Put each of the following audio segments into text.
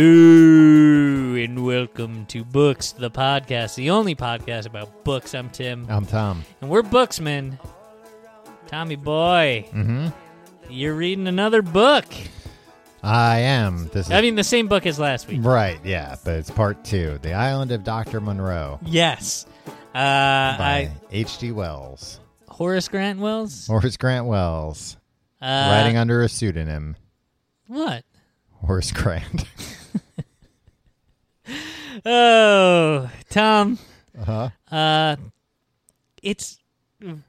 Hello and welcome to Books, the podcast, the only podcast about books. I'm Tim, I'm Tom. and we're booksmen. Tommy boy, Mm-hmm. you're reading another book. I am. This is I mean, the same book as last week. right. Yeah, but it's part two, "The Island of Doctor Monroe" Yes, uh, I by H.G. Wells, Horace Grant Wells. Horace Grant Wells, Uh, writing under a pseudonym, what? Horace Grant. Oh, Tom. uh-huh. Uh, it's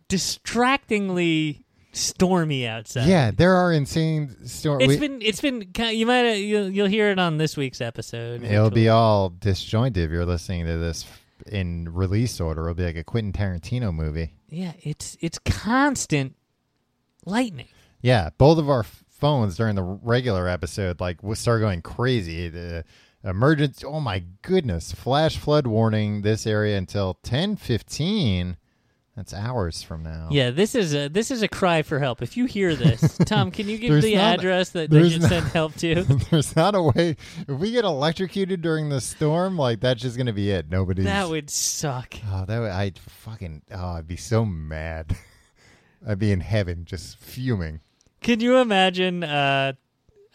distractingly stormy outside. Yeah, there are insane stories. It's been it's been ki- you might you'll, you'll hear it on this week's episode. It'll which be all disjointed if you're listening to this in release order. It'll be like a Quentin Tarantino movie. will- yeah, it's it's constant lightning. Yeah, both of our f- phones during the regular episode like w- start going crazy. The emergency, oh my goodness, flash flood warning this area until 10:15. That's hours from now. Yeah, this is a this is a cry for help. If you hear this, Tom, can you give There's the not- address that they there's should not- send help to? There's not a way if we get electrocuted during the storm, like that's just going to be it. Nobody's that would suck. Oh, that would I'd fucking oh, I'd be so mad. I'd be in heaven just fuming. Can you imagine? Uh,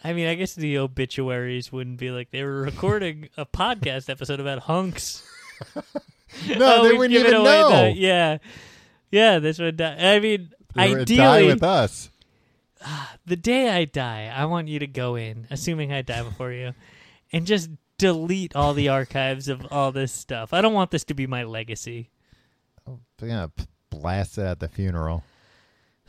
I mean, I guess the obituaries wouldn't be like they were recording a podcast episode about hunks. No, Oh, they we'd wouldn't give it even away know. the- yeah, yeah, this would. Die. I mean, They would ideally, die with us. the day I die, I want you to go in, assuming I die before you, and just delete all the archives of all this stuff. I don't want this to be my legacy. They're going to blast it at the funeral.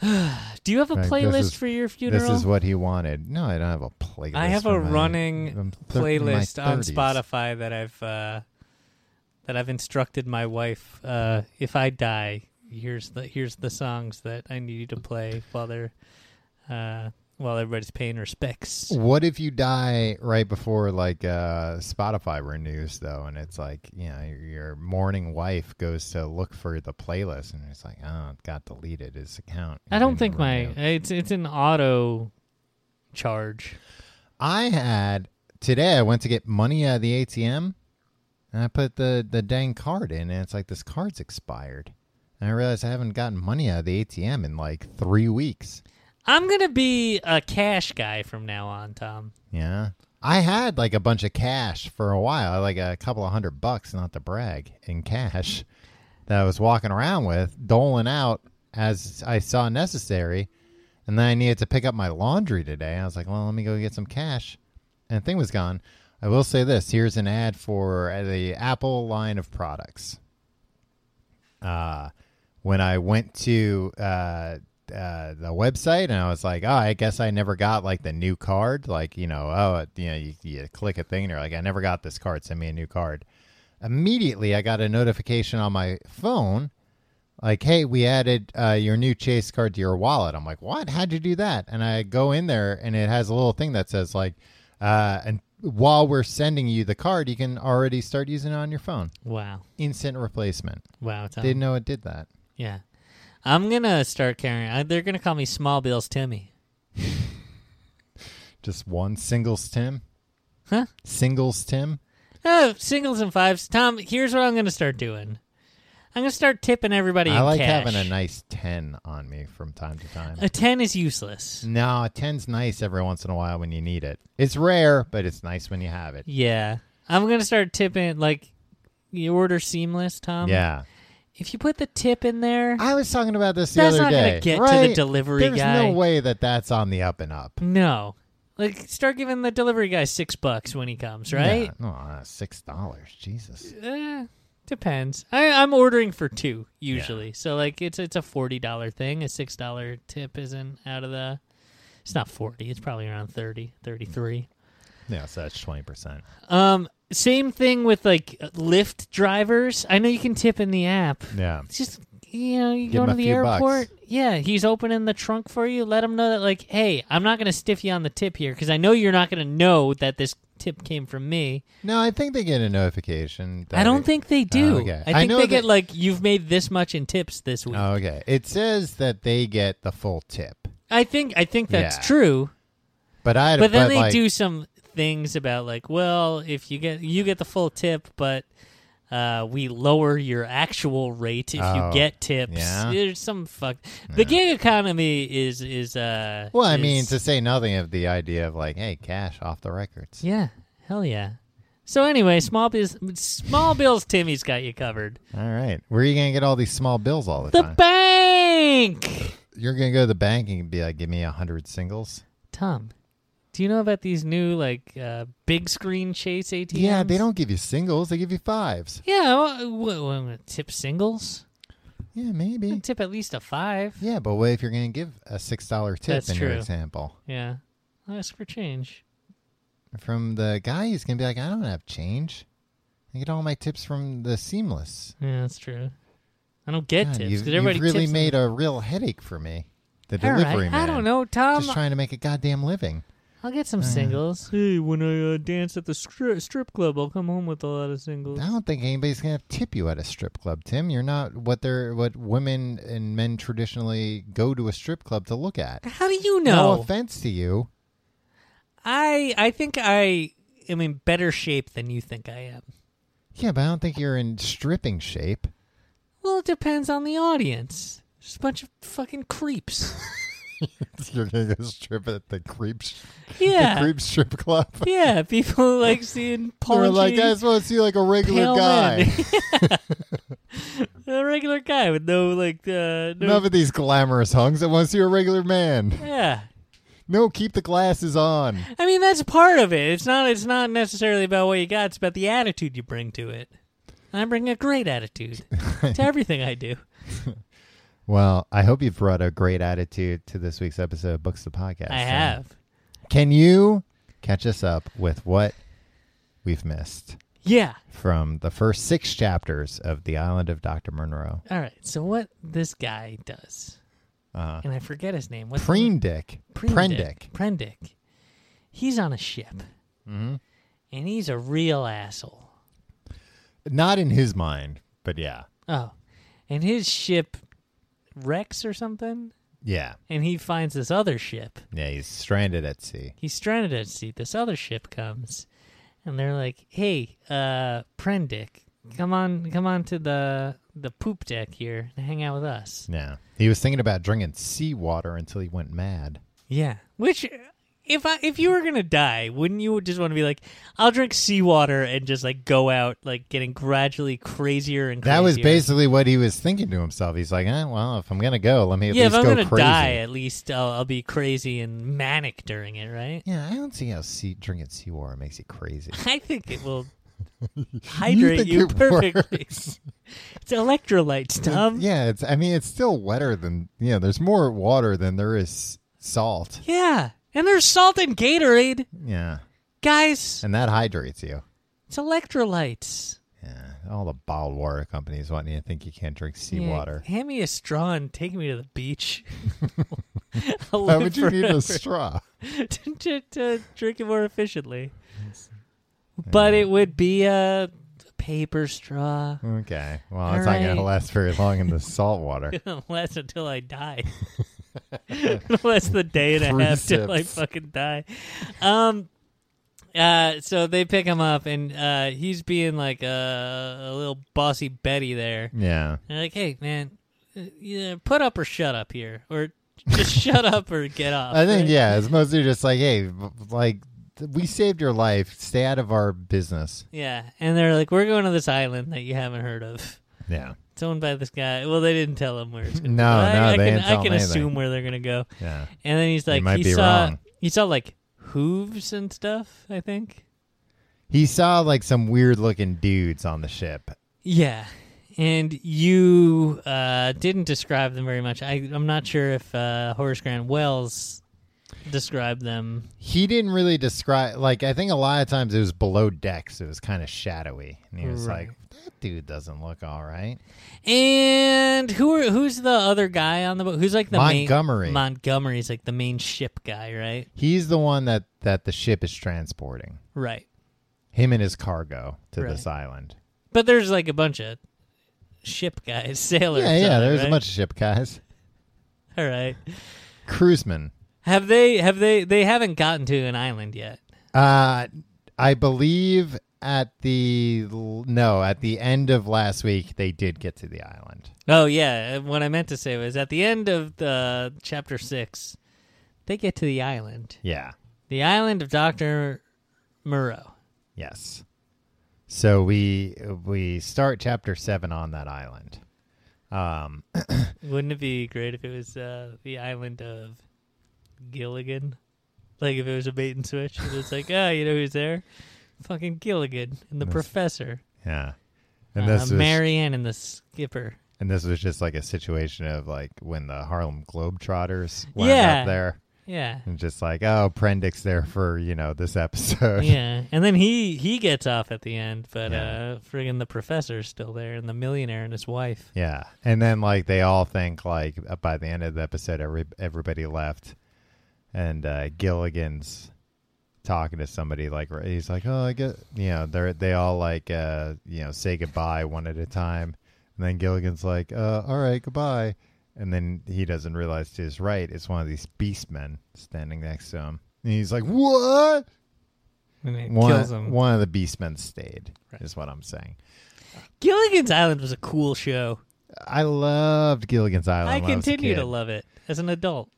Do you have a Right, this playlist is- for your funeral? This is what he wanted. No, I don't have a playlist. I have for a my- running I'm thir- in my playlist on 30s. Spotify that I've uh, that I've instructed my wife. Uh, if I die, here's the here's the songs that I need you to play while they're uh, while everybody's paying respects. What if you die right before like uh, Spotify renews though, and it's like you know your, your mourning wife goes to look for the playlist, and it's like oh, it got deleted his account. I don't didn't think my renew. it's it's an auto charge. I had today. I went to get money out of the ATM, and I put the the dang card in, and it's like this card's expired, and I realized I haven't gotten money out of the ATM in like three weeks. I'm gonna be a cash guy from now on, Tom. Yeah. I had like a bunch of cash for a while, like a couple of hundred bucks, not to brag, in cash that I was walking around with, doling out as I saw necessary. And then I needed to pick up my laundry today. I was like, well, let me go get some cash. And the thing was gone. I will say this here's an ad for the Apple line of products. Uh, when I went to uh, uh, the website and I was like, oh, I guess I never got like the new card. Like, you know, oh, it- you know, you, you click a thing and you're like, I never got this card. Send me a new card. Immediately, I got a notification on my phone like, hey, we added uh, your new Chase card to your wallet. I'm like, what? How'd you do that? And I go in there and it has a little thing that says, like, uh, and while we're sending you the card, you can already start using it on your phone. Wow, Instant replacement. wow, Tom. Didn't know it did that. yeah, I'm gonna start carrying. I, they're gonna call me Small Bills Timmy. Just one singles Tim? Huh? Singles Tim? Oh, singles and fives, Tom. Here's what I'm gonna start doing. I'm gonna start tipping everybody. I in like cash. having a nice 10 on me from time to time. A ten is useless. no, a 10's nice every once in a while when you need it. It's rare, but it's nice when you have it. Yeah, I'm gonna start tipping like you order seamless, Tom. yeah. If you put the tip in there, I was talking about this the That's other not gonna day. get to the right? delivery There's guy. no way that that's on the up and up, no. Like start giving the delivery guy six bucks when he comes, right? Yeah, no, uh, six dollars. Jesus. Eh, depends. I, I'm ordering for two usually, so like it's it's a forty dollar thing. A six dollar tip isn't out of the. It's not forty. It's probably around 30, 33. Yeah, so that's twenty percent. Um, same thing with like Lyft drivers. I know you can tip in the app. Yeah. It's just you know you Give go him to a the few bucks. airport. Yeah, he's opening the trunk for you. Let him know that like, hey, I'm not gonna stiff you on the tip here because I know you're not gonna know that this tip came from me. No, I think they get a notification. that I don't it- think they do. Oh, okay. I I think know they that- get like you've made this much in tips this week. Oh, okay. It says that they get the full tip, I think I think that's Yeah. true. but I. But then they like, do some things about like, well, if you get you get the full tip, but uh, we lower your actual rate if Oh, you get tips. yeah. There's some fuck. The gig economy is is uh. Well, I is- mean, to say nothing of the idea of like, hey, cash off the records. yeah, hell yeah. So anyway, small biz, small bills. Timmy's got you covered. All right. Where are you going to get all these small bills all the, The time? bank. You're going to go to the bank and be like, give me a 100 singles. Tom, do you know about these new like uh, big screen chase ATMs? Yeah, they don't give you singles. They give you fives. Yeah, well, well, well, tip singles. Yeah, maybe. Tip at least a five. Yeah, but what if you're going to give a $6 tip That's in your true. example? Yeah. Ask for change. From the guy who's going to be like, I don't have change. I get all my tips from the seamless. Yeah, that's true. I don't get God, tips you've, because you've everybody really tips made a real headache for me. The All right, delivery man. I don't know, Tom. Just trying to make a goddamn living. I'll get some singles. Hey, when I uh, dance at the stri- strip club, I'll come home with a lot of singles. I don't think anybody's gonna tip you at a strip club, Tim. You're not what they're what women and men traditionally go to a strip club to look at. How do you No know? offense to you. I I think I am in better shape than you think I am. Yeah, but I don't think you're in stripping shape. Well, it depends on the audience. Just a bunch of fucking creeps. You're gonna go strip at the creep, sh- the Yeah. creep strip club. Yeah, people who like seeing They're paunchy, like, I just want to see like a regular pale guy. men. a regular guy with no like uh, no None of these glamorous hunks. I want to see a regular man. Yeah. No, keep the glasses on. I mean that's part of it. It's not it's not necessarily about what you got, it's about the attitude you bring to it. And I bring a great attitude to everything I do. Well, I hope you've brought a great attitude to this week's episode of Books the Podcast. I Sam. have. Can you catch us up with what we've missed Yeah. from the first six chapters of The Island of Dr. Monroe? All right. So what this guy does, Uh, and I forget his name. What's his Preendick. Prendick. Prendick. He's on a ship. And he's a real asshole. Not in his mind, but yeah. Oh. And his ship wrecks or something. Yeah. And he finds this other ship. Yeah, he's stranded at sea. He's stranded at sea. This other ship comes. And they're like, hey, uh, Prendick, come on, come on to the the poop deck here and hang out with us. Yeah. He was thinking about drinking seawater until he went mad. Yeah. Which, if I if you were gonna die, wouldn't you just want to be like, I'll drink seawater and just like go out like getting gradually crazier and crazier. That was basically what he was thinking to himself. He's like, eh, well, if I'm going to go, let me at yeah. If least I'm go gonna crazy. die, at least I'll, I'll be crazy and manic during it, right? Yeah, I don't see how sea- drinking seawater makes you crazy. I think it will hydrate think you, it perfectly. It's electrolytes, Tom. Yeah. yeah, it's. I mean, it's still wetter than. Yeah, there's more water than there is salt. And there's salt in Gatorade, Yeah, guys. and that hydrates you. It's electrolytes. Yeah, all the bottled water companies want you to think you can't drink Yeah, seawater. hand me a straw and take me to the beach. I'll Why live would Oh, you need forever. a straw? to, to, to drink it more efficiently. But it would be a paper straw, Okay, well, All it's not going right. to last very long in the salt water. unless until I die. unless the day and a Three half till I sips. fucking die. Um. Uh, so they pick him up, and uh, he's being like a, a little bossy Betty there. Yeah, They're like, "Hey, man, uh, yeah, put up or shut up here, or just shut up or get off." I think right? yeah, it's mostly just like, hey, v- like th- we saved your life. Stay out of our business. Yeah, and they're like, "We're going to this island that you haven't heard of. Yeah, It's owned by this guy." Well, they didn't tell him where it's going. No, I, no, I they can, didn't I tell can him anything. assume where they're going to go. yeah. And then he's like, might he be saw, wrong. he saw like hooves and stuff. I think. He saw like some weird looking dudes on the ship. Yeah, and you uh, didn't describe them very much. I, I'm not sure if uh, Horace Grant Wells described them. he didn't really describe like i think a lot of times it was below decks it was kind of shadowy and he was Right. like that dude doesn't look all right And who are who's the other guy on the boat? Who's like the Montgomery. Main, Montgomery's like the main ship guy, right? he's the one that that the ship is transporting Right. him and his cargo to Right. this island But there's like a bunch of ship guys, sailors. yeah yeah on it, there's right? a bunch of ship guys All right. cruisemen Have they? Have they? They haven't gotten to an island yet. Uh, I believe at the no at the end of last week they did get to the island. Oh yeah, what I meant to say was at the end of the chapter six, they get to the island, Yeah. the island of Doctor Moreau. Yes. So we we start chapter seven on that island. Um, Wouldn't it be great if it was uh, the island of Gilligan? Like if it was a bait and switch, it was like, ah, you know who's there? Fucking Gilligan and the That's- professor, yeah. And uh, this was Marianne and the skipper. and this was just like a situation of like when the Harlem Globetrotters went Yeah. up there Yeah, and just like oh Prendix there for you know this episode. yeah. And then he he gets off at the end, but Yeah. uh, friggin' the professor's still there, and the millionaire and his wife. Yeah, and then like they all think like uh, by the end of the episode, every everybody left, and uh, Gilligan's talking to somebody like right- he's like, oh, I get you know they are they all like uh, you know say goodbye one at a time, and then Gilligan's like, uh, all right, goodbye, and then he doesn't realize to his right it's one of these beastmen standing next to him, and he's like, what? And it One kills him. one of the beastmen stayed Right. is what I'm saying. Gilligan's Island was a cool show. I loved Gilligan's Island. I when was a continue kid. to love it as an adult.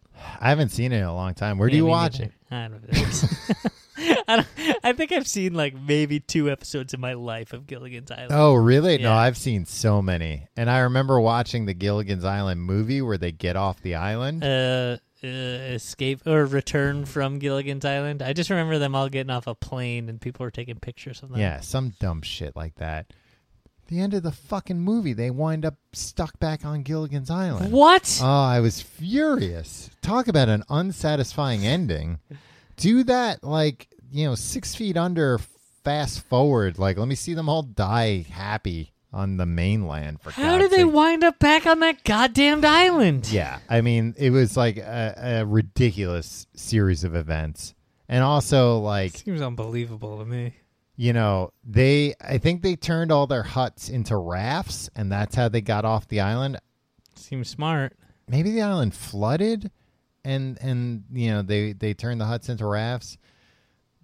I haven't seen it in a long time. Where do Yeah, you me watch neither. it? I don't know. I, don't- I think I've seen like maybe two episodes in my life of Gilligan's Island. Oh, really? No, Yeah. I've seen so many. And I remember watching the Gilligan's Island movie where they get off the island. Uh, uh, escape or return from Gilligan's Island. I just remember them all getting off a plane and people were taking pictures of them. yeah, some dumb shit like that. The end of the fucking movie, they wind up stuck back on Gilligan's Island. What? Oh, I was furious. Talk about an unsatisfying ending. Do that like, you know, six feet under, fast forward. Like, let me see them all die happy on the mainland for How God's did they sake. wind up back on that goddamned island? Yeah, I mean, it was like a, a ridiculous series of events, and also like Seems unbelievable to me. you know they, I think they turned all their huts into rafts, and that's how they got off the island. Seems smart. Maybe the island flooded, and and you know they they turned the huts into rafts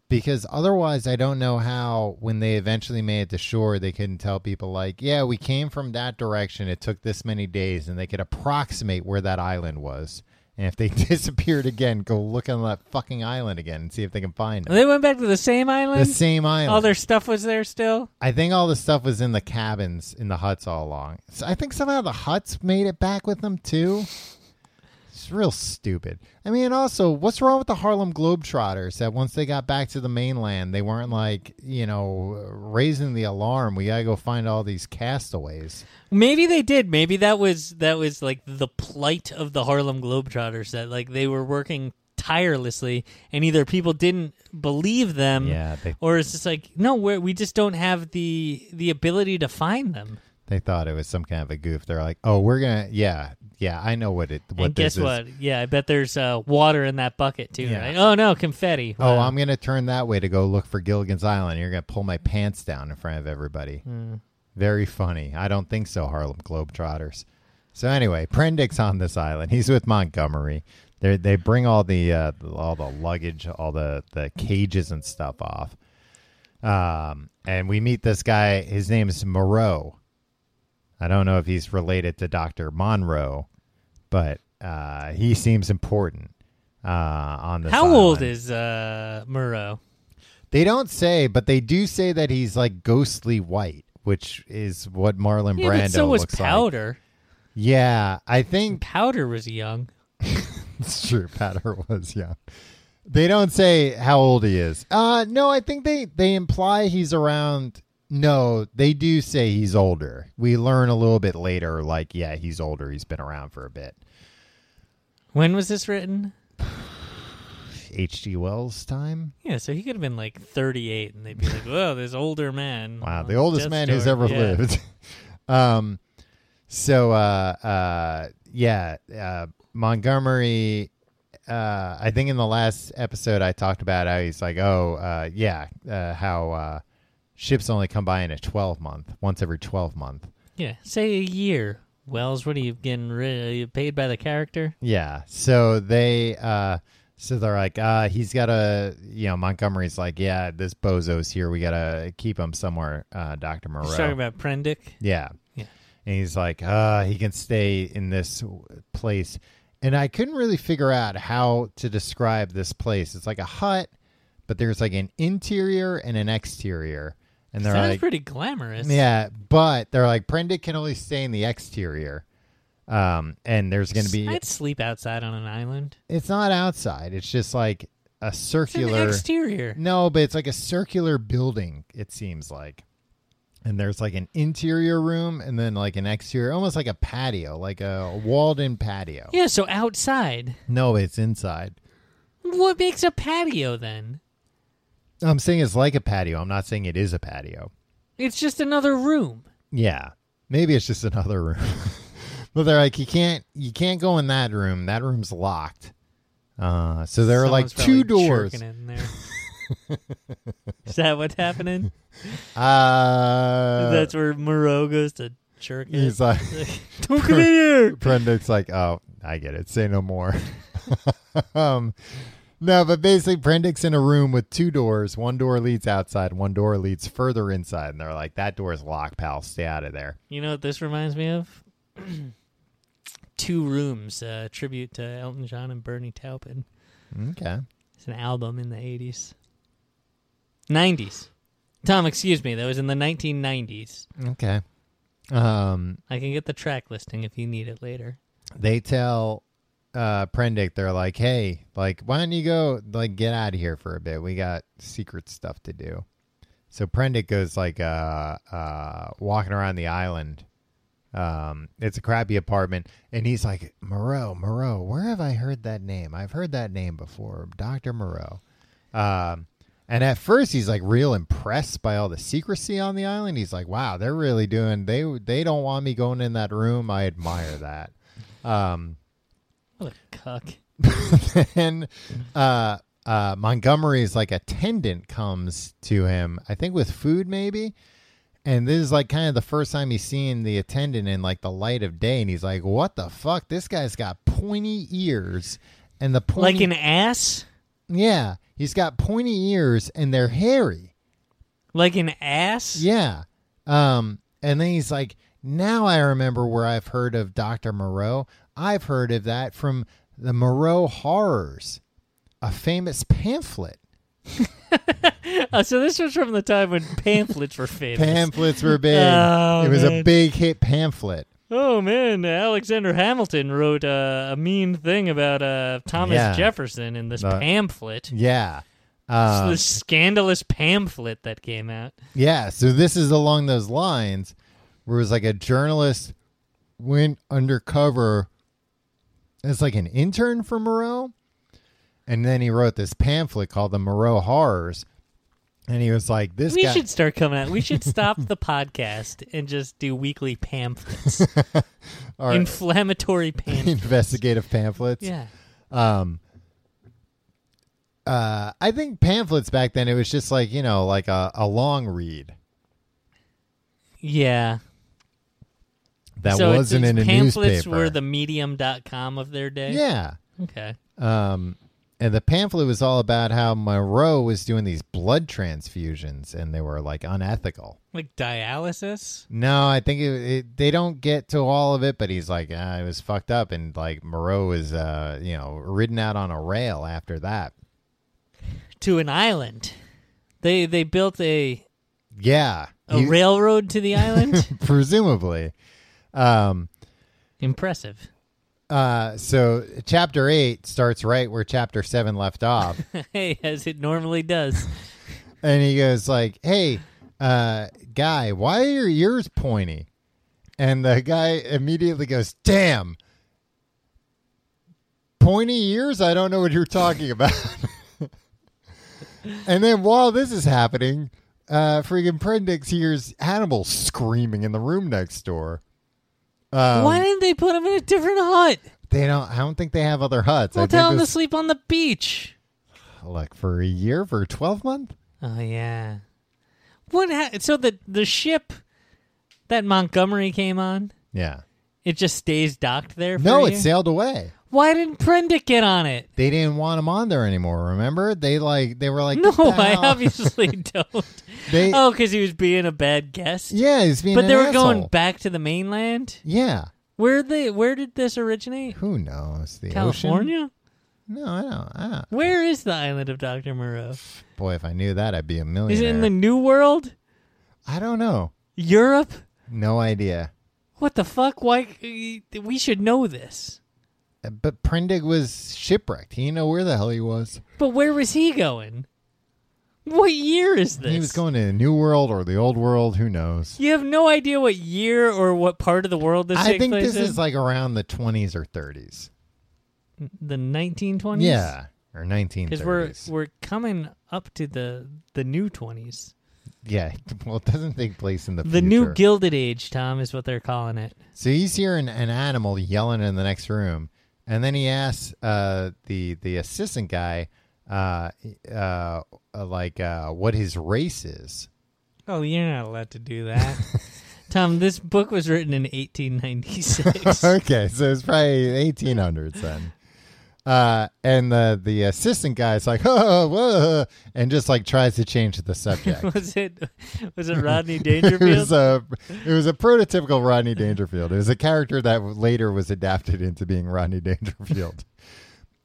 because otherwise I don't know how when they eventually made it to shore they couldn't tell people like yeah we came from that direction it took this many days and they could approximate where that island was and if they disappeared again go look on that fucking island again and see if they can find it They went back to the same the island. same island all their stuff was there still. I think all the stuff was in the cabins in the huts all along so I think somehow the huts made it back with them too. It's real stupid. I mean, also, what's wrong with the Harlem Globetrotters that once they got back to the mainland, they weren't like, you know, raising the alarm. We got to go find all these castaways. Maybe they did. Maybe that was that was like the plight of the Harlem Globetrotters that like they were working tirelessly and either people didn't believe them Yeah, they, or it's just like no, we we just don't have the the ability to find them. they thought it was some kind of a goof. They're like, oh, we're going to, yeah, yeah, I know what it, what and guess this is. what? Yeah, I bet there's uh, water in that bucket too, Yeah. right? Oh no, confetti. Oh, Wow. I'm going to turn that way to go look for Gilligan's Island. You're going to pull my pants down in front of everybody. Hmm. Very funny. I don't think so, Harlem Globetrotters. So anyway, Prendick's on this island. He's with Montgomery. They they bring all the uh, all the luggage, all the the cages and stuff off. Um, and we meet this guy. His name is Moreau. I don't know if he's related to Doctor Monroe, but uh, he seems important uh, on this. How old island. is uh Murrow? They don't say, but they do say that he's like ghostly white, which is what Marlon Yeah, Brando but so was looks like. Powder. Yeah, I think Powder was young. it's true. Powder was young. They don't say how old he is. Uh, no, I think they they imply he's around. No, they do say he's older. We learn a little bit later, like yeah, he's older. He's been around for a bit. When was this written? H.G. Wells time. Yeah, so he could have been like 38, and they'd be like, "Whoa, this older man!" Wow, on the oldest Death's man who's door." ever Yeah. lived. um, so uh, uh, yeah, uh, Montgomery. Uh, I think in the last episode I talked about how he's like, oh uh, yeah, uh, how uh, ships only come by in a twelve month, once every twelve month. Yeah, say a year. Wells, what are you getting rid? Are you paid by the character? Yeah. So they uh So they're like, uh, he's got to, you know, Montgomery's like, yeah, this bozo's here. We got to keep him somewhere, uh, Dr. Moreau. He's talking about Prendick. Yeah. Yeah. And he's like, uh, he can stay in this w- place. And I couldn't really figure out how to describe this place. It's like a hut, but there's like an interior and an exterior. And they're Sounds like, pretty glamorous. yeah, but they're like, Prendick can only stay in the exterior. Um, and there's going to be, I'd sleep outside on an island. it's not outside. It's just like a It's an circular. exterior. No, but it's like a circular building, it seems like. And there's like an interior room and then like an exterior, almost like a patio, like a walled in patio. Yeah, so outside. No, it's inside. What makes a patio then? I'm saying it's like a patio. I'm not saying it is a patio. It's just another room. Yeah. Maybe it's just another room. but they're like, you can't you can't go in that room. That room's locked. Uh so there are like Someone's two probably doors. jerking in there. Is that what's happening? Uh That's where Moreau goes to jerk it. he's like Don't come in here. Prendick's like, oh, I get it. Say no more. um, no, but basically, Prendick's in a room with two doors. One door leads outside, one door leads further inside. And they're like, that door's locked, pal. Stay out of there. You know what this reminds me of? Two Rooms, uh, tribute to Elton John and Bernie Taupin. Okay. It's an album in the 80s. 90s. Tom, excuse me, that was in the 1990s. Okay. Um, I can get the track listing if you need it later. they tell uh, Prendick, they're like, hey, like, why don't you go, like, get out of here for a bit? We got secret stuff to do. So Prendick goes, like, uh, uh, walking around the island. Um, it's a crappy apartment. And he's like, Moreau, Moreau, where have I heard that name? I've heard that name before, Dr. Moreau. Um, and at first he's like real impressed by all the secrecy on the island. He's like, wow, they're really doing, they, they don't want me going in that room. I admire that. Um, What a cuck. then uh, uh, Montgomery's like attendant comes to him, I think with food maybe. And this is like kind of the first time he's seen the attendant in like the light of day, and he's like, "What the fuck? This guy's got pointy ears, and the Like pointy an ass? yeah, he's got pointy ears, and they're hairy." Like an ass? Yeah. Um, and then he's like, now I remember where I've heard of Dr. Moreau. I've heard of that from the Moreau Horrors, a famous pamphlet. Oh, so this was from the time when pamphlets were famous. Pamphlets were big. Oh, it was a man. big hit pamphlet. oh man, Alexander Hamilton wrote uh, a mean thing about uh, Thomas Yeah. Jefferson in this The- pamphlet. Yeah. It's Um, this scandalous pamphlet that came out. Yeah, so this is along those lines where it was like a journalist went undercover as like an intern for Moreau. And then he wrote this pamphlet called The Moreau Horrors. And he was like, This we guy should start coming out. We should stop the podcast and just do weekly pamphlets, or inflammatory pamphlets. investigative pamphlets. yeah, Um uh, I think pamphlets back then it was just like, you know, like a, a long read yeah. that so it's- wasn't it's in a pamphlets newspaper. were the medium.com of their day. yeah. Okay. Um, and the pamphlet was all about how Monroe was doing these blood transfusions and they were like unethical. Like dialysis? No, I think it, it, they don't get to all of it, but he's like, ah, it was fucked up. And like Moreau was, uh, you know, ridden out on a rail after that. To an island. They they built a Yeah. a he- railroad to the island. presumably. Um, Impressive. uh, so chapter eight starts right where chapter seven left off. hey, as it normally does. and he goes like, "Hey, uh, guy, why are your ears pointy?" And the guy immediately goes, "Damn, pointy ears! I don't know what you're talking about." and then while this is happening, uh, freaking Prendix hears Hannibal screaming in the room next door. Um, Why didn't they put him in a different hut? They don't. I don't think they have other huts. I We'll think tell him to this- sleep on the beach. like for a year, for twelve month. Oh yeah. What? Ha- so the the ship that Montgomery came on, Yeah. it just stays docked there. For No, a it year? sailed away. Why didn't Prendick get on it? They didn't want him on there anymore. Remember? They like they were like, No, "Get the I hell-" obviously don't. they Oh, because he was being a bad guest. yeah, he's being but an they were going asshole. back to the mainland. Yeah, Where they? Where did this originate? who knows the California. Ocean? No, I don't. I don't. Where is the island of Doctor Moreau? Boy, if I knew that, I'd be a millionaire. Is it in the New World? I don't know. Europe? No idea. What the fuck? Why? We should know this. Uh, But Prendig was shipwrecked. He didn't know where the hell he was. But where was he going? What year is this? He was going to the new world or the old world. Who knows? You have no idea what year or what part of the world this I takes think place this in? is like around the 20s or 30s. the 1920s. Yeah, or 1930s. because we're we're coming up to the the new 20s. yeah, well, it doesn't take place in the The new future. Gilded Age, Tom, is what they're calling it. So he's hearing an animal yelling in the next room, and then he asks uh, the the assistant guy, uh, uh, like, uh, what his race is. Oh, you're not allowed to do that. Tom, this book was written in 1896. okay, so it's probably 1800s then. Uh, and the the assistant guy's like, oh, whoa, and just like tries to change the subject. was it was it Rodney it Dangerfield? was uh, a it was a prototypical Rodney Dangerfield. It was a character that later was adapted into being Rodney Dangerfield.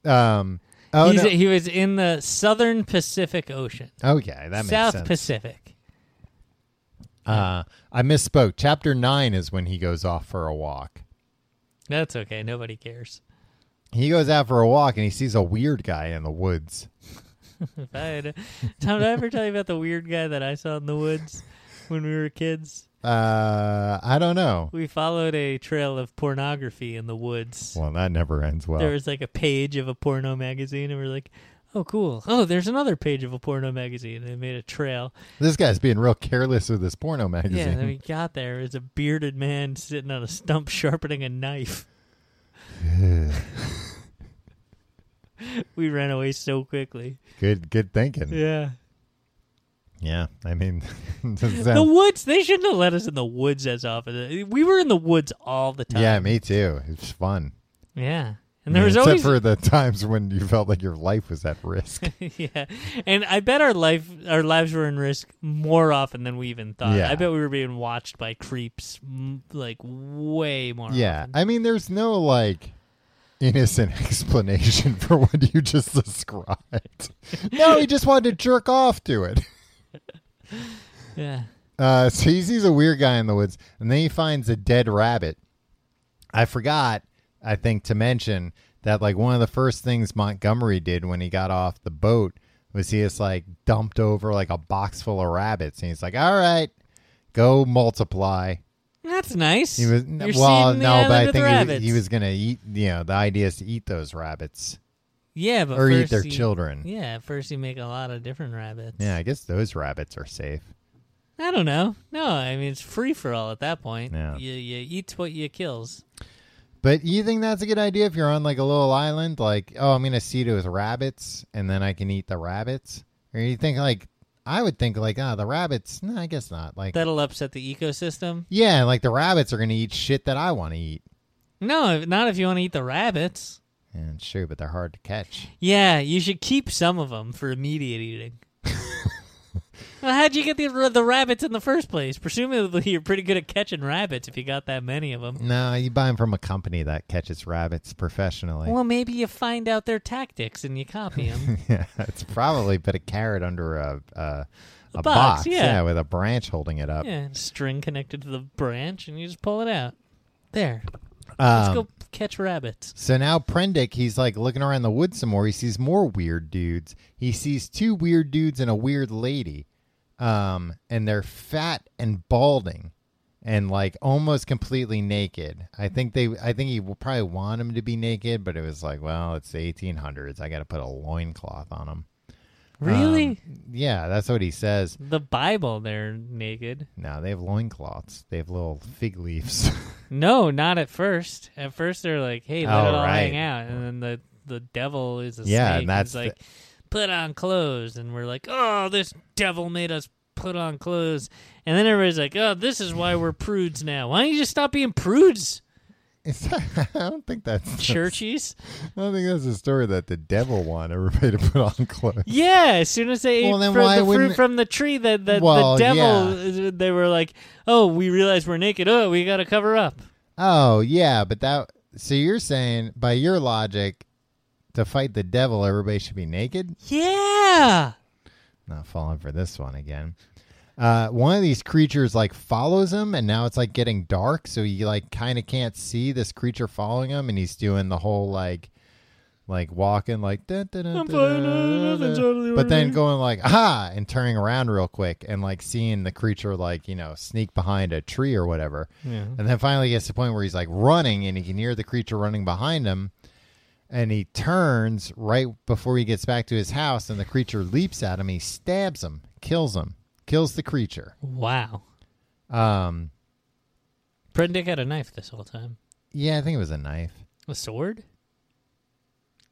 Um, oh, He's- no. He was in the Southern Pacific Ocean, okay, that makes South sense. Pacific. Uh, I misspoke. Chapter nine is when he goes off for a walk. That's okay. Nobody cares. He goes out for a walk and he sees a weird guy in the woods. If I had, Tom, did I ever tell you about the weird guy that I saw in the woods when we were kids? Uh, I don't know. We followed a trail of pornography in the woods. Well, that never ends well. There was like a page of a porno magazine, and we are like, "Oh, cool! Oh, there's another page of a porno magazine." And they made a trail. This guy's being real careless with this porno Yeah, magazine. and then we got there. It was a bearded man sitting on a stump sharpening a knife. we ran away so quickly. good, good thinking. Yeah, Yeah. I mean, doesn't The sound- woods, they shouldn't have let us in the woods as often. We were in the woods all the time. yeah, me too. It's fun. Yeah. I And there mean, was except always for the times when you felt like your life was at risk. yeah, and I bet our life, our lives were in risk more often than we even thought. Yeah. I bet we were being watched by creeps m- like way more. yeah, often. I mean, there's no like innocent explanation for what you just described. no, he just wanted to jerk off to it. yeah. Uh, so he sees a weird guy in the woods, and then he finds a dead rabbit. I forgot, I think, to mention that like one of the first things Montgomery did when he got off the boat was he just like dumped over like a box full of rabbits, and he's like, "All right, go multiply." That's nice. He was You're well, seeding the no, island but I with think he- rabbits. he, was gonna eat. You know, the idea is to eat those rabbits yeah, but or eat first their you- children. Yeah. Yeah, first you make a lot of different rabbits. I guess those rabbits are safe. I don't know. No, I mean it's free for all at that point. Yeah. You you eats what you kills. But you think that's a good idea if you're on like a little island, like, oh, I'm gonna seed it with rabbits and then I can eat the rabbits? Or you think like I would think like, ah, the rabbits no, I guess not. Like That'll upset the ecosystem. Yeah, like the rabbits are gonna eat shit that I wanna eat. No, if- not if you want to eat the rabbits. And sure, but they're hard to catch. Yeah, you should keep some of them for immediate eating. well, how'd you get the the rabbits in the first place? Presumably, you're pretty good at catching rabbits if you got that many of them. No, you buy them from a company that catches rabbits professionally. Well, maybe you find out their tactics and you copy them. yeah, it's probably put a carrot under a a, a, box, yeah. with a branch holding it up. yeah, string connected to the branch, and you just pull it out. There, let's Um, go catch rabbits. So now Prendick, he's like looking around the woods some more. He sees more weird dudes. He sees two weird dudes and a weird lady. Um, and they're fat and balding and like almost completely naked. I think they I think he will probably want him to be naked, but it was like, well, it's the 1800s. I got to put a loincloth on him. Really, Yeah, that's what he says. the Bible? They're naked. No, they have loincloths. They have little fig leaves. No, not at first. At first, they're like, "Hey, let Oh, it all right. hang out," and then the the devil is a Yeah, snake. and that's He's like, "Put on clothes," and we're like, "Oh, this devil made us put on clothes." And then everybody's like, "Oh, this is why we're prudes now. Why don't you just stop being prudes? Is that, I don't think that's Churchies? I don't think that's a story that the devil wanted everybody to put on clothes. Yeah, as soon as they Well, ate then fro- why the fruit wouldn't- from the tree, the, the, Well, the devil, uh, they were like, oh, we realize we're naked. Oh, we got to cover up. Oh yeah, but that. So you're saying by your logic, to fight the devil, everybody should be naked? Yeah. Not falling for this one again. Uh, one of these creatures like follows him, and now it's like getting dark, so you like kind of can't see this creature following him, and he's doing the whole like, like walking like. "Dun, dun, dun, I'm dun, fine, dun, uh, nothing's dun," out of the But then ordinary. going like ah, and turning around real quick, and like seeing the creature like you know sneak behind a tree or whatever. Yeah. And then finally he gets to the point where he's like running and he can hear the creature running behind him. And he turns right before he gets back to his house and the creature leaps at him. He stabs him, kills him, kills the creature. Wow. Um, Fred Dick had a knife this whole time. yeah, I think it was a knife. A sword?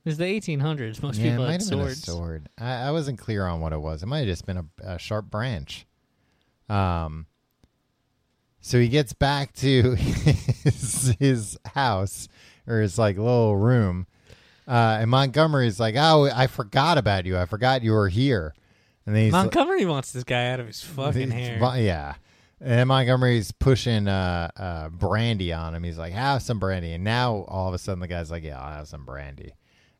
It was the 1800s. Most yeah, it people might had have been a swords. sword. I, I wasn't clear on what it was. It might have just been a, a sharp branch. Um, so he gets back to his, his house or his like little room, uh, and Montgomery's like, "Oh, I forgot about you. I forgot you were here." And then he's like- Montgomery wants this guy out of his fucking it's hair. vi- Yeah. And Montgomery's pushing uh, uh, brandy on him. He's like, have some brandy. And now all of a sudden the guy's like, yeah, I'll have some brandy.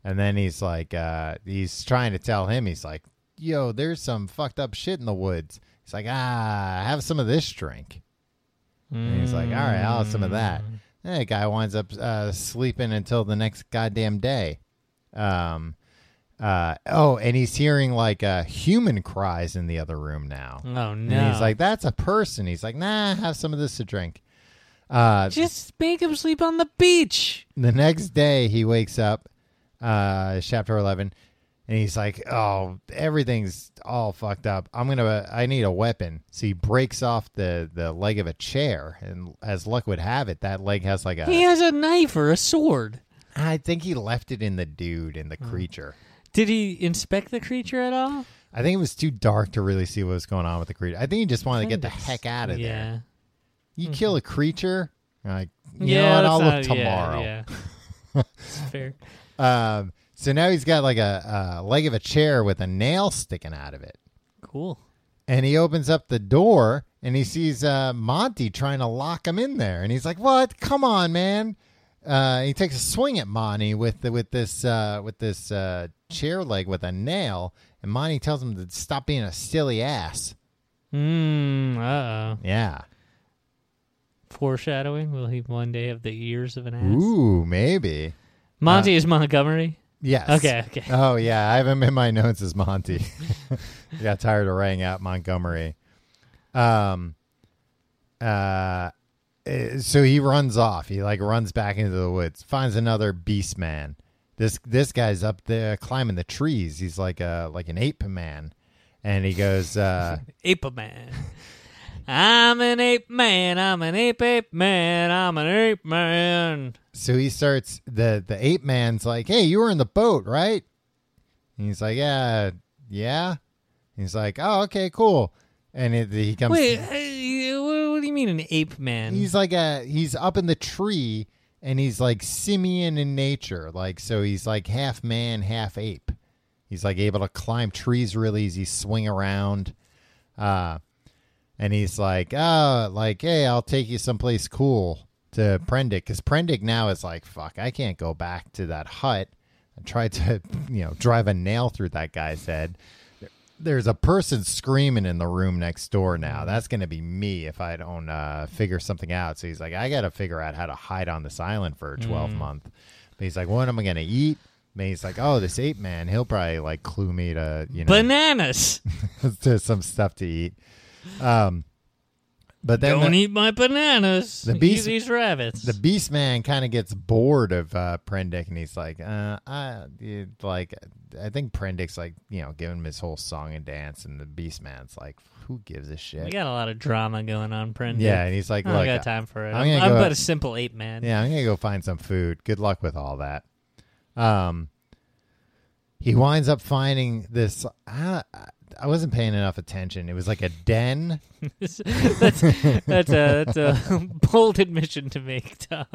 And then he's like, uh, he's trying to tell him, he's like, yo, there's some fucked up shit in the woods. He's like, ah, have some of this drink. And he's like, all right, I'll have some of that. Mm. And the guy winds up uh, sleeping until the next goddamn day. Um, uh, oh, and he's hearing like uh, human cries in the other room now. Oh, no. And he's like, that's a person. He's like, nah, have some of this to drink. Uh, just make him sleep on the beach. the next day, he wakes up, uh, it's chapter 11, and he's like, oh, everything's all fucked up. I'm going to, I need a weapon. So he breaks off the, the leg of a chair. And as luck would have it, that leg has like He a. has a knife or a sword. I think he left it in the dude, in the Hmm. creature. Did he inspect the creature at all? I think it was too dark to really see what was going on with the creature. I think he just wanted to get the Kinda heck out of there. yeah. Mm-hmm. You kill a creature, you're like, you yeah, know what? that's I'll not- look tomorrow. Yeah, yeah. It's fair. Um, so now he's got like a, a leg of a chair with a nail sticking out of it. Cool. And he opens up the door and he sees uh, Monty trying to lock him in there. And he's like, "What? Come on, man!" Uh, he takes a swing at Monty with the, with this uh, with this uh, chair leg with a nail. And Monty tells him to stop being a silly ass. Mm, uh-oh. Yeah. Foreshadowing. Will he one day have the ears of an ass? Ooh, maybe. Monty is Montgomery. Yes. Okay, okay. Oh yeah, I have him in my notes as Monty. I got tired of writing out Montgomery. Um. Uh. eh, So he runs off. He like runs back into the woods. Finds another beast man. This this guy's up there climbing the trees. He's like a like an ape man, and he goes. Uh, ape man. I'm an ape man. I'm an ape ape man. I'm an ape man. so he starts the the ape man's like, "Hey, you were in the boat, right?" And he's like, "Yeah, yeah." He's like, "Oh, okay, cool." And it, he comes. Wait, I- wha- what do you mean an ape man? He's like a he's up in the tree and he's like simian in nature, like so he's like half man, half ape. He's like able to climb trees really easy, swing around. Uh and he's like, "Oh, like hey, I'll take you someplace cool to Prendick cuz Prendick now is like, fuck, I can't go back to that hut and try to, you know, drive a nail through that guy's head." there's a person screaming in the room next door now. That's going to be me if I don't uh, figure something out. So he's like, I got to figure out how to hide on this island for a 12 month. But he's like, what am I going to eat? And he's like, oh, this ape man, he'll probably like clue me to, you know, Bananas. to some stuff to eat. Um, but then Don't the, eat my bananas. the The beast- beast, these rabbits. the beast man kind of gets bored of uh, Prendick and he's like, uh, I you- like, I think Prendick's like, you know, giving him his whole song and dance, and the beast man's like, who gives a shit? we got a lot of drama going on, Brendan. Yeah, and he's like, Oh, I don't "Look, got time for it. I'm I'm, gonna I'm go but out- a simple ape man. yeah, I'm gonna go find some food. Good luck with all that." Um, he winds up finding this. I, I wasn't paying enough attention. It was like a den. that's that's a that's a bold admission to make, Tom.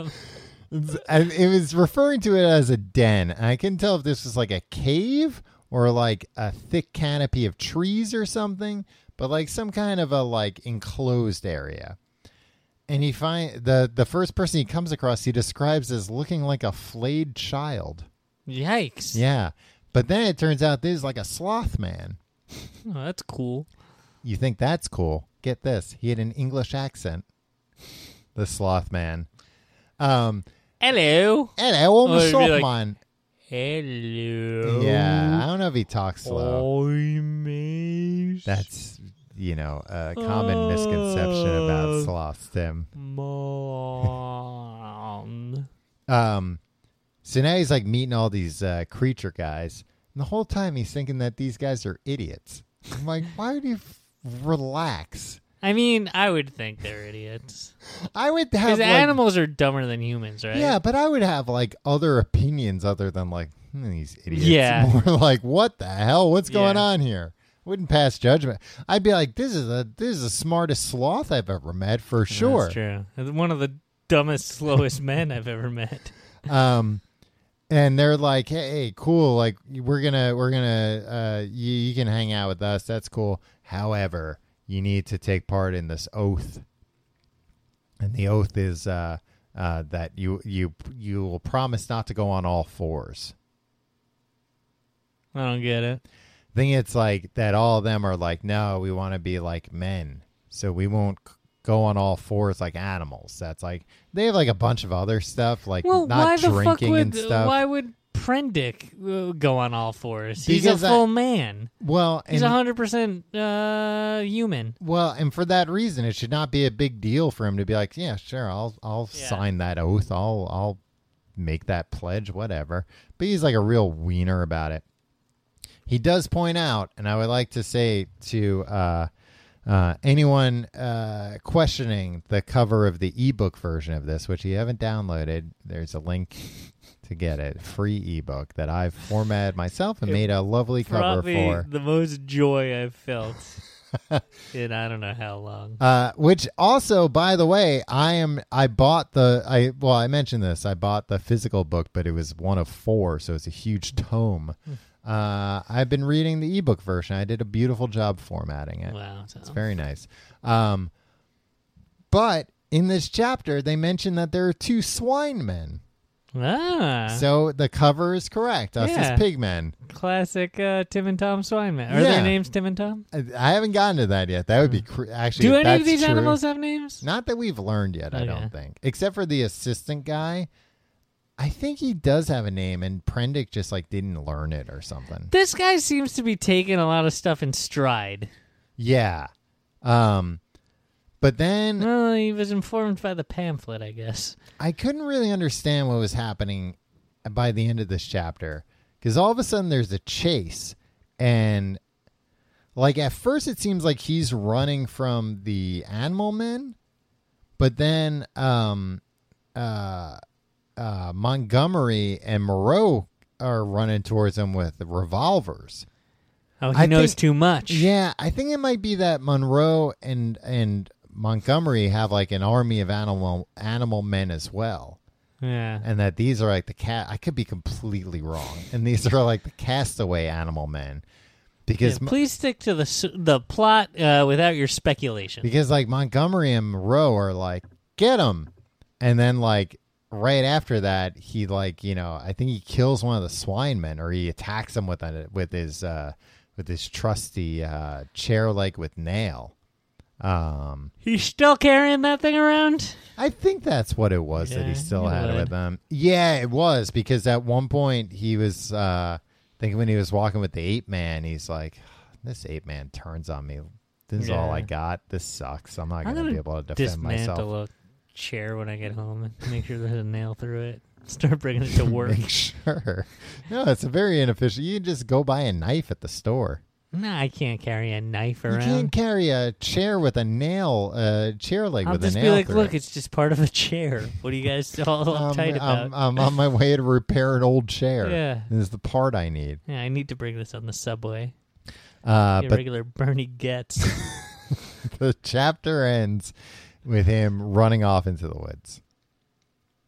I- it was referring to it as a den. I couldn't tell if this was like a cave or like a thick canopy of trees or something, but like some kind of a like enclosed area. And he find the the first person he comes across he describes as looking like a flayed child. Yikes. Yeah. But then it turns out this is like a sloth man. Oh, that's cool. You think that's cool? Get this. He had an English accent. The sloth man. Um Hello. hello, I'm Oh, a he'd be sloth like, man. Hello. Yeah, Oh. I don't know if he talks slow. I'm Ace. That's you know a common misconception about Oh. sloths, Tim. Mom. Um, so now he's like meeting all these uh, creature guys, and the whole time he's thinking that these guys are idiots. I'm like, why would you f- relax? I mean, I would think they're idiots. I would have Because like, animals are dumber than humans, right? yeah, but I would have like other opinions other than like hmm, these idiots. Yeah. more like what the hell? What's going Yeah. on here? Wouldn't pass judgment. I'd be like, this is a this is the smartest sloth I've ever met for sure. That's true. It's One of the dumbest, slowest men I've ever met. um and they're like hey, hey, cool like we're gonna we're gonna uh you, you can hang out with us that's cool however you need to take part in this oath and the oath is uh uh that you you you will promise not to go on all fours I don't get it. I think it's like that all of them are like no we want to be like men so we won't c- go on all fours like animals that's like they have like a bunch of other stuff like Well, not why the drinking fuck would and stuff why would Prendick uh, go on all fours? He's Because a I- full man. well He's and- hundred percent uh, human. Well, and for that reason, it should not be a big deal for him to be like, "Yeah, sure, I'll I'll Yeah. sign that oath, I'll I'll make that pledge, whatever." But he's like a real wiener about it. He does point out, and I would like to say to uh, uh, anyone uh, questioning the cover of the ebook version of this, which you haven't downloaded, there's a link to get it, free ebook that I've formatted myself and It made a lovely cover Probably for. the most joy I've felt in I don't know how long. Uh, which also, by the way, I am I bought the I well I mentioned this I bought the physical book, but it was one of four, so it's a huge tome. Hmm. Uh, I've been reading the ebook version. I did a beautiful job formatting it. Wow, so. It's very nice. Um, but in this chapter, they mention that there are two swine men. ah, So the cover is correct. Us Yeah. as pig men. classic uh, Tim and Tom Swineman. Are Yeah. their names Tim and Tom? I, I haven't gotten to that yet. That would be cr- actually. Hmm. Do if any of that's these true- animals have names? Not that we've learned yet, I don't Okay. think. Except for the assistant guy. I think he does have a name and Prendick just like didn't learn it or something. This guy seems to be taking a lot of stuff in stride. Yeah. Um but then Well, he was informed by the pamphlet, I guess. I couldn't really understand what was happening by the end of this chapter cuz all of a sudden there's a chase and like at first it seems like he's running from the animal men but then um uh uh, Montgomery and Moreau are running towards him with revolvers. Oh, he I knows think- too much. Yeah, I think it might be that Monroe and and Montgomery have like an army of animal animal men as well, Yeah. and that these are like the cat. I could be completely wrong, and these are like the castaway animal men, because Yeah, Mo- please stick to the s- the plot uh, without your speculation. because like Montgomery and Moreau are like get him, and then like right after that he like you know I think he kills one of the swine men or he attacks him with a, with his uh with his trusty uh chair like with nail. Um, He's still carrying that thing around. I think that's what it was that he Yeah, still it had would. with him. Yeah, it was because at one point he was uh I think when he was walking with the ape man, he's like, This ape man turns on me. This is all I Yeah. got. This sucks. I'm not I'm gonna, gonna be able to defend Dismantle myself. a chair when I get home and make sure there's a nail through it. Start bringing it to work. Make sure. No, it's a very inefficient you can just go buy a knife at the store. nah, I can't carry a knife You can't around. carry a chair with a nail uh chair leg I'll with just a be nail. like, through look, it. Um, it's just part of a chair. What are you guys all I'm, uptight about? I'm, I'm on my way to repair an old chair. Yeah. This is the part I need. yeah, I need to bring this on the subway. Uh, Get but regular Bernie gets. the chapter ends with him running off into the woods.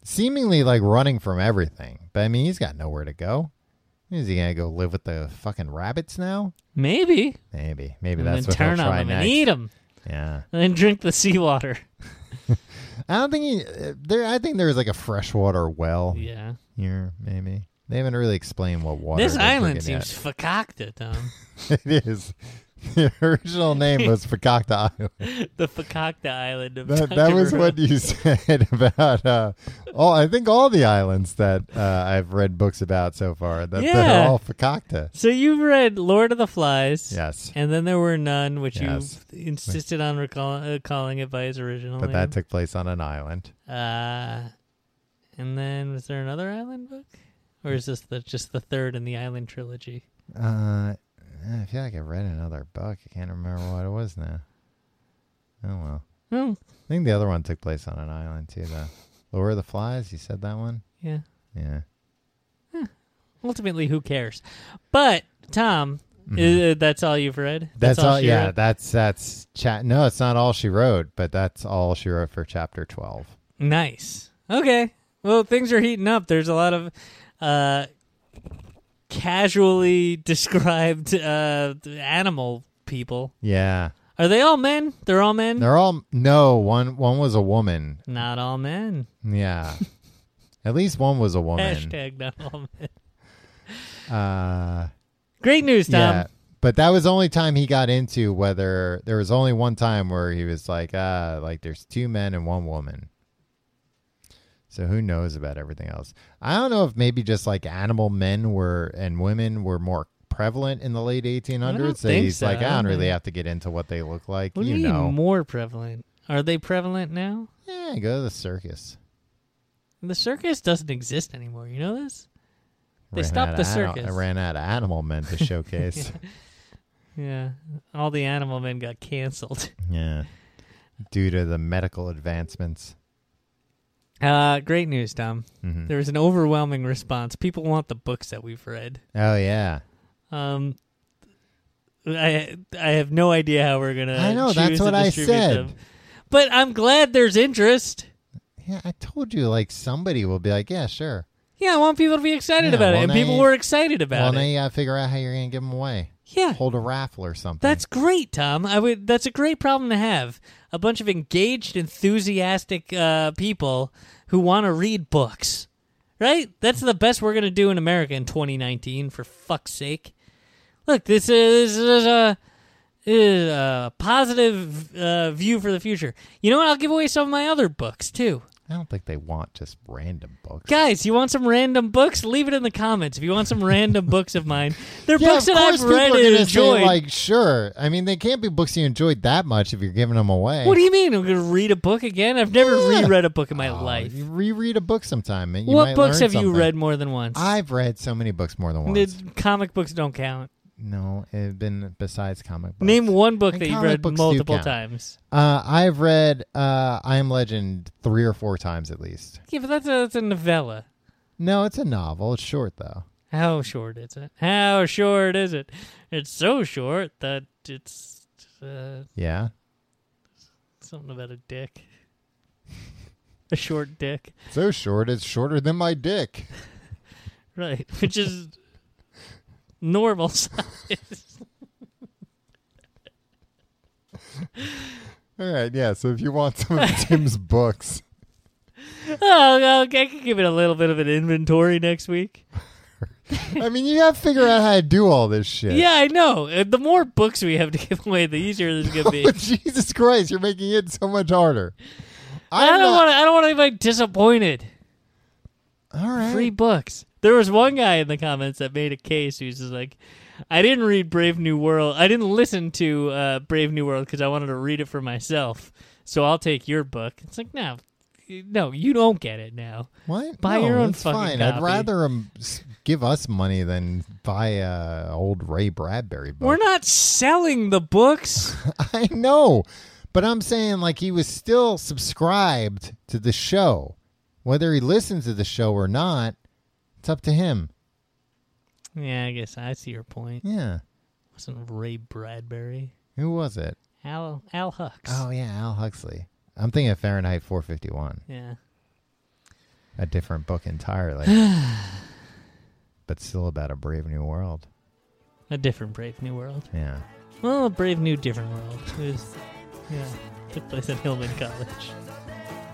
seemingly like running from everything. But I mean, he's got nowhere to go. Is he gonna go live with the fucking rabbits now? Maybe. Maybe, maybe And then that's what he'll turn on try them next. and eat them. Yeah, And then drink the seawater. I don't think he. uh, There, I think there's like a freshwater well Yeah. here. Maybe they haven't really explained what water. this they're drinking island yet. seems fakakta, Tom. it is. The original name was Fakakta Island. the fakakta island of That, that was Tuckeroo. what you said about uh, all. I think all the islands that uh, I've read books about so far that they're Yeah. all Fakakta. So you've read Lord of the Flies. Yes, And then there were none, which Yes. you insisted on recall- uh, calling it by its original but name. that took place on an island. Uh, and then was there another island book, or is this the just the third in the island trilogy? Uh, I feel like I read another book. I can't remember what it was now. Oh well, Oh, I think the other one took place on an island too. The Lure of the Flies. You said that one. yeah. Yeah. Ultimately, who cares? But Tom, Mhm. uh, that's all you've read. That's, all. she Yeah, wrote? that's that's chat. No, it's not all she wrote, but that's all she wrote for chapter twelve. Nice. Okay. Well, things are heating up. There's a lot of uh, casually described uh, animal people. Yeah. Are they all men? They're all men. They're all no one. One was a woman. Not all men. Yeah, at least one was a woman. Hashtag not all men. Uh, Great news, Tom. yeah, but that was the only time he got into whether there was only one time where he was like, ah, like there's two men and one woman. So who knows about everything else? I don't know if maybe just like animal men were and women were more prevalent in the late 1800s. So think he's so. like, I I don't don't really know. have to get into what they look like. What do you you mean know, more prevalent? Are they prevalent now? yeah, go to the circus. The circus doesn't exist anymore. You know this? They Ran stopped out the of ani- circus. I ran out of animal men to showcase. Yeah. All the animal men got canceled. Yeah. Due to the medical advancements. Uh, great news, Tom. Mhm. There was an overwhelming response. People want the books that we've read. Oh yeah. Um, I I have no idea how we're gonna. I know, choose that's to what I distribute said. them. But I'm glad there's interest. Yeah, I told you like somebody will be like, "Yeah, sure." Yeah, I want people to be excited Yeah, about well, it, and now people you- were excited well, about now it. you got to figure out how you're going to give them away. Yeah, Hold a raffle or something. That's great, Tom. I would. That's a great problem to have. A bunch of engaged, enthusiastic uh, people who want to read books, right? That's the best we're gonna do in America in 2019. For fuck's sake! Look, this is, this is a is a positive uh, view for the future. You know what? I'll give away some of my other books too. I don't think they want just random books. Guys, you want some random books? Leave it in the comments. If you want some random books of mine, they're yeah, books of that course I've people read are and gonna enjoyed. say like, "Sure." I mean, they can't be books you enjoyed that much if you're giving them away. What do you mean? I'm going to read a book again? I've never Yeah. reread a book in my Oh, life. You reread a book sometime and you What might books learn have you something. read more than once? I've read so many books more than once. The comic books don't count. no, it's been besides comic books. Name one book And that you've comic read books do multiple count. times. Uh, I've read uh, I Am Legend three or four times at least. Yeah, but that's a, that's a novella. No, it's a novel. It's short though. How short is it? How short is it? It's so short that it's uh, Yeah, something about a dick. a short dick. so short it's shorter than my dick. Right, which is normal size. All right, yeah. So if you want some of Tim's books, oh, okay, I could give it a little bit of an inventory next week. I mean, you have to figure out how to do all this shit. Yeah, I know. Uh, The more books we have to give away, the easier this is gonna be. But Oh, Jesus Christ, you're making it so much harder. I don't want. I don't want anybody disappointed. want. All right. Free books. There was one guy in the comments that made a case who's just like, "I didn't read Brave New World. I didn't listen to uh, Brave New World because I wanted to read it for myself. So I'll take your book." It's like, no, no, you don't get it now. What? Buy No, your own it's fucking fine. I'd copy. rather um, s- give us money than buy a old Ray Bradbury book. We're not selling the books. I know, but I'm saying like he was still subscribed to the show, whether he listens to the show or not. It's up to him. yeah, I guess I see your point. Yeah. Wasn't Ray Bradbury? Who was it? Al Al Hux. Oh yeah, Al Huxley. I'm thinking of Fahrenheit 451. Yeah. a different book entirely, but still about a brave new world. A different Brave New World. Yeah. Well, a Brave New Different World. It was, yeah, took place at Hillman College.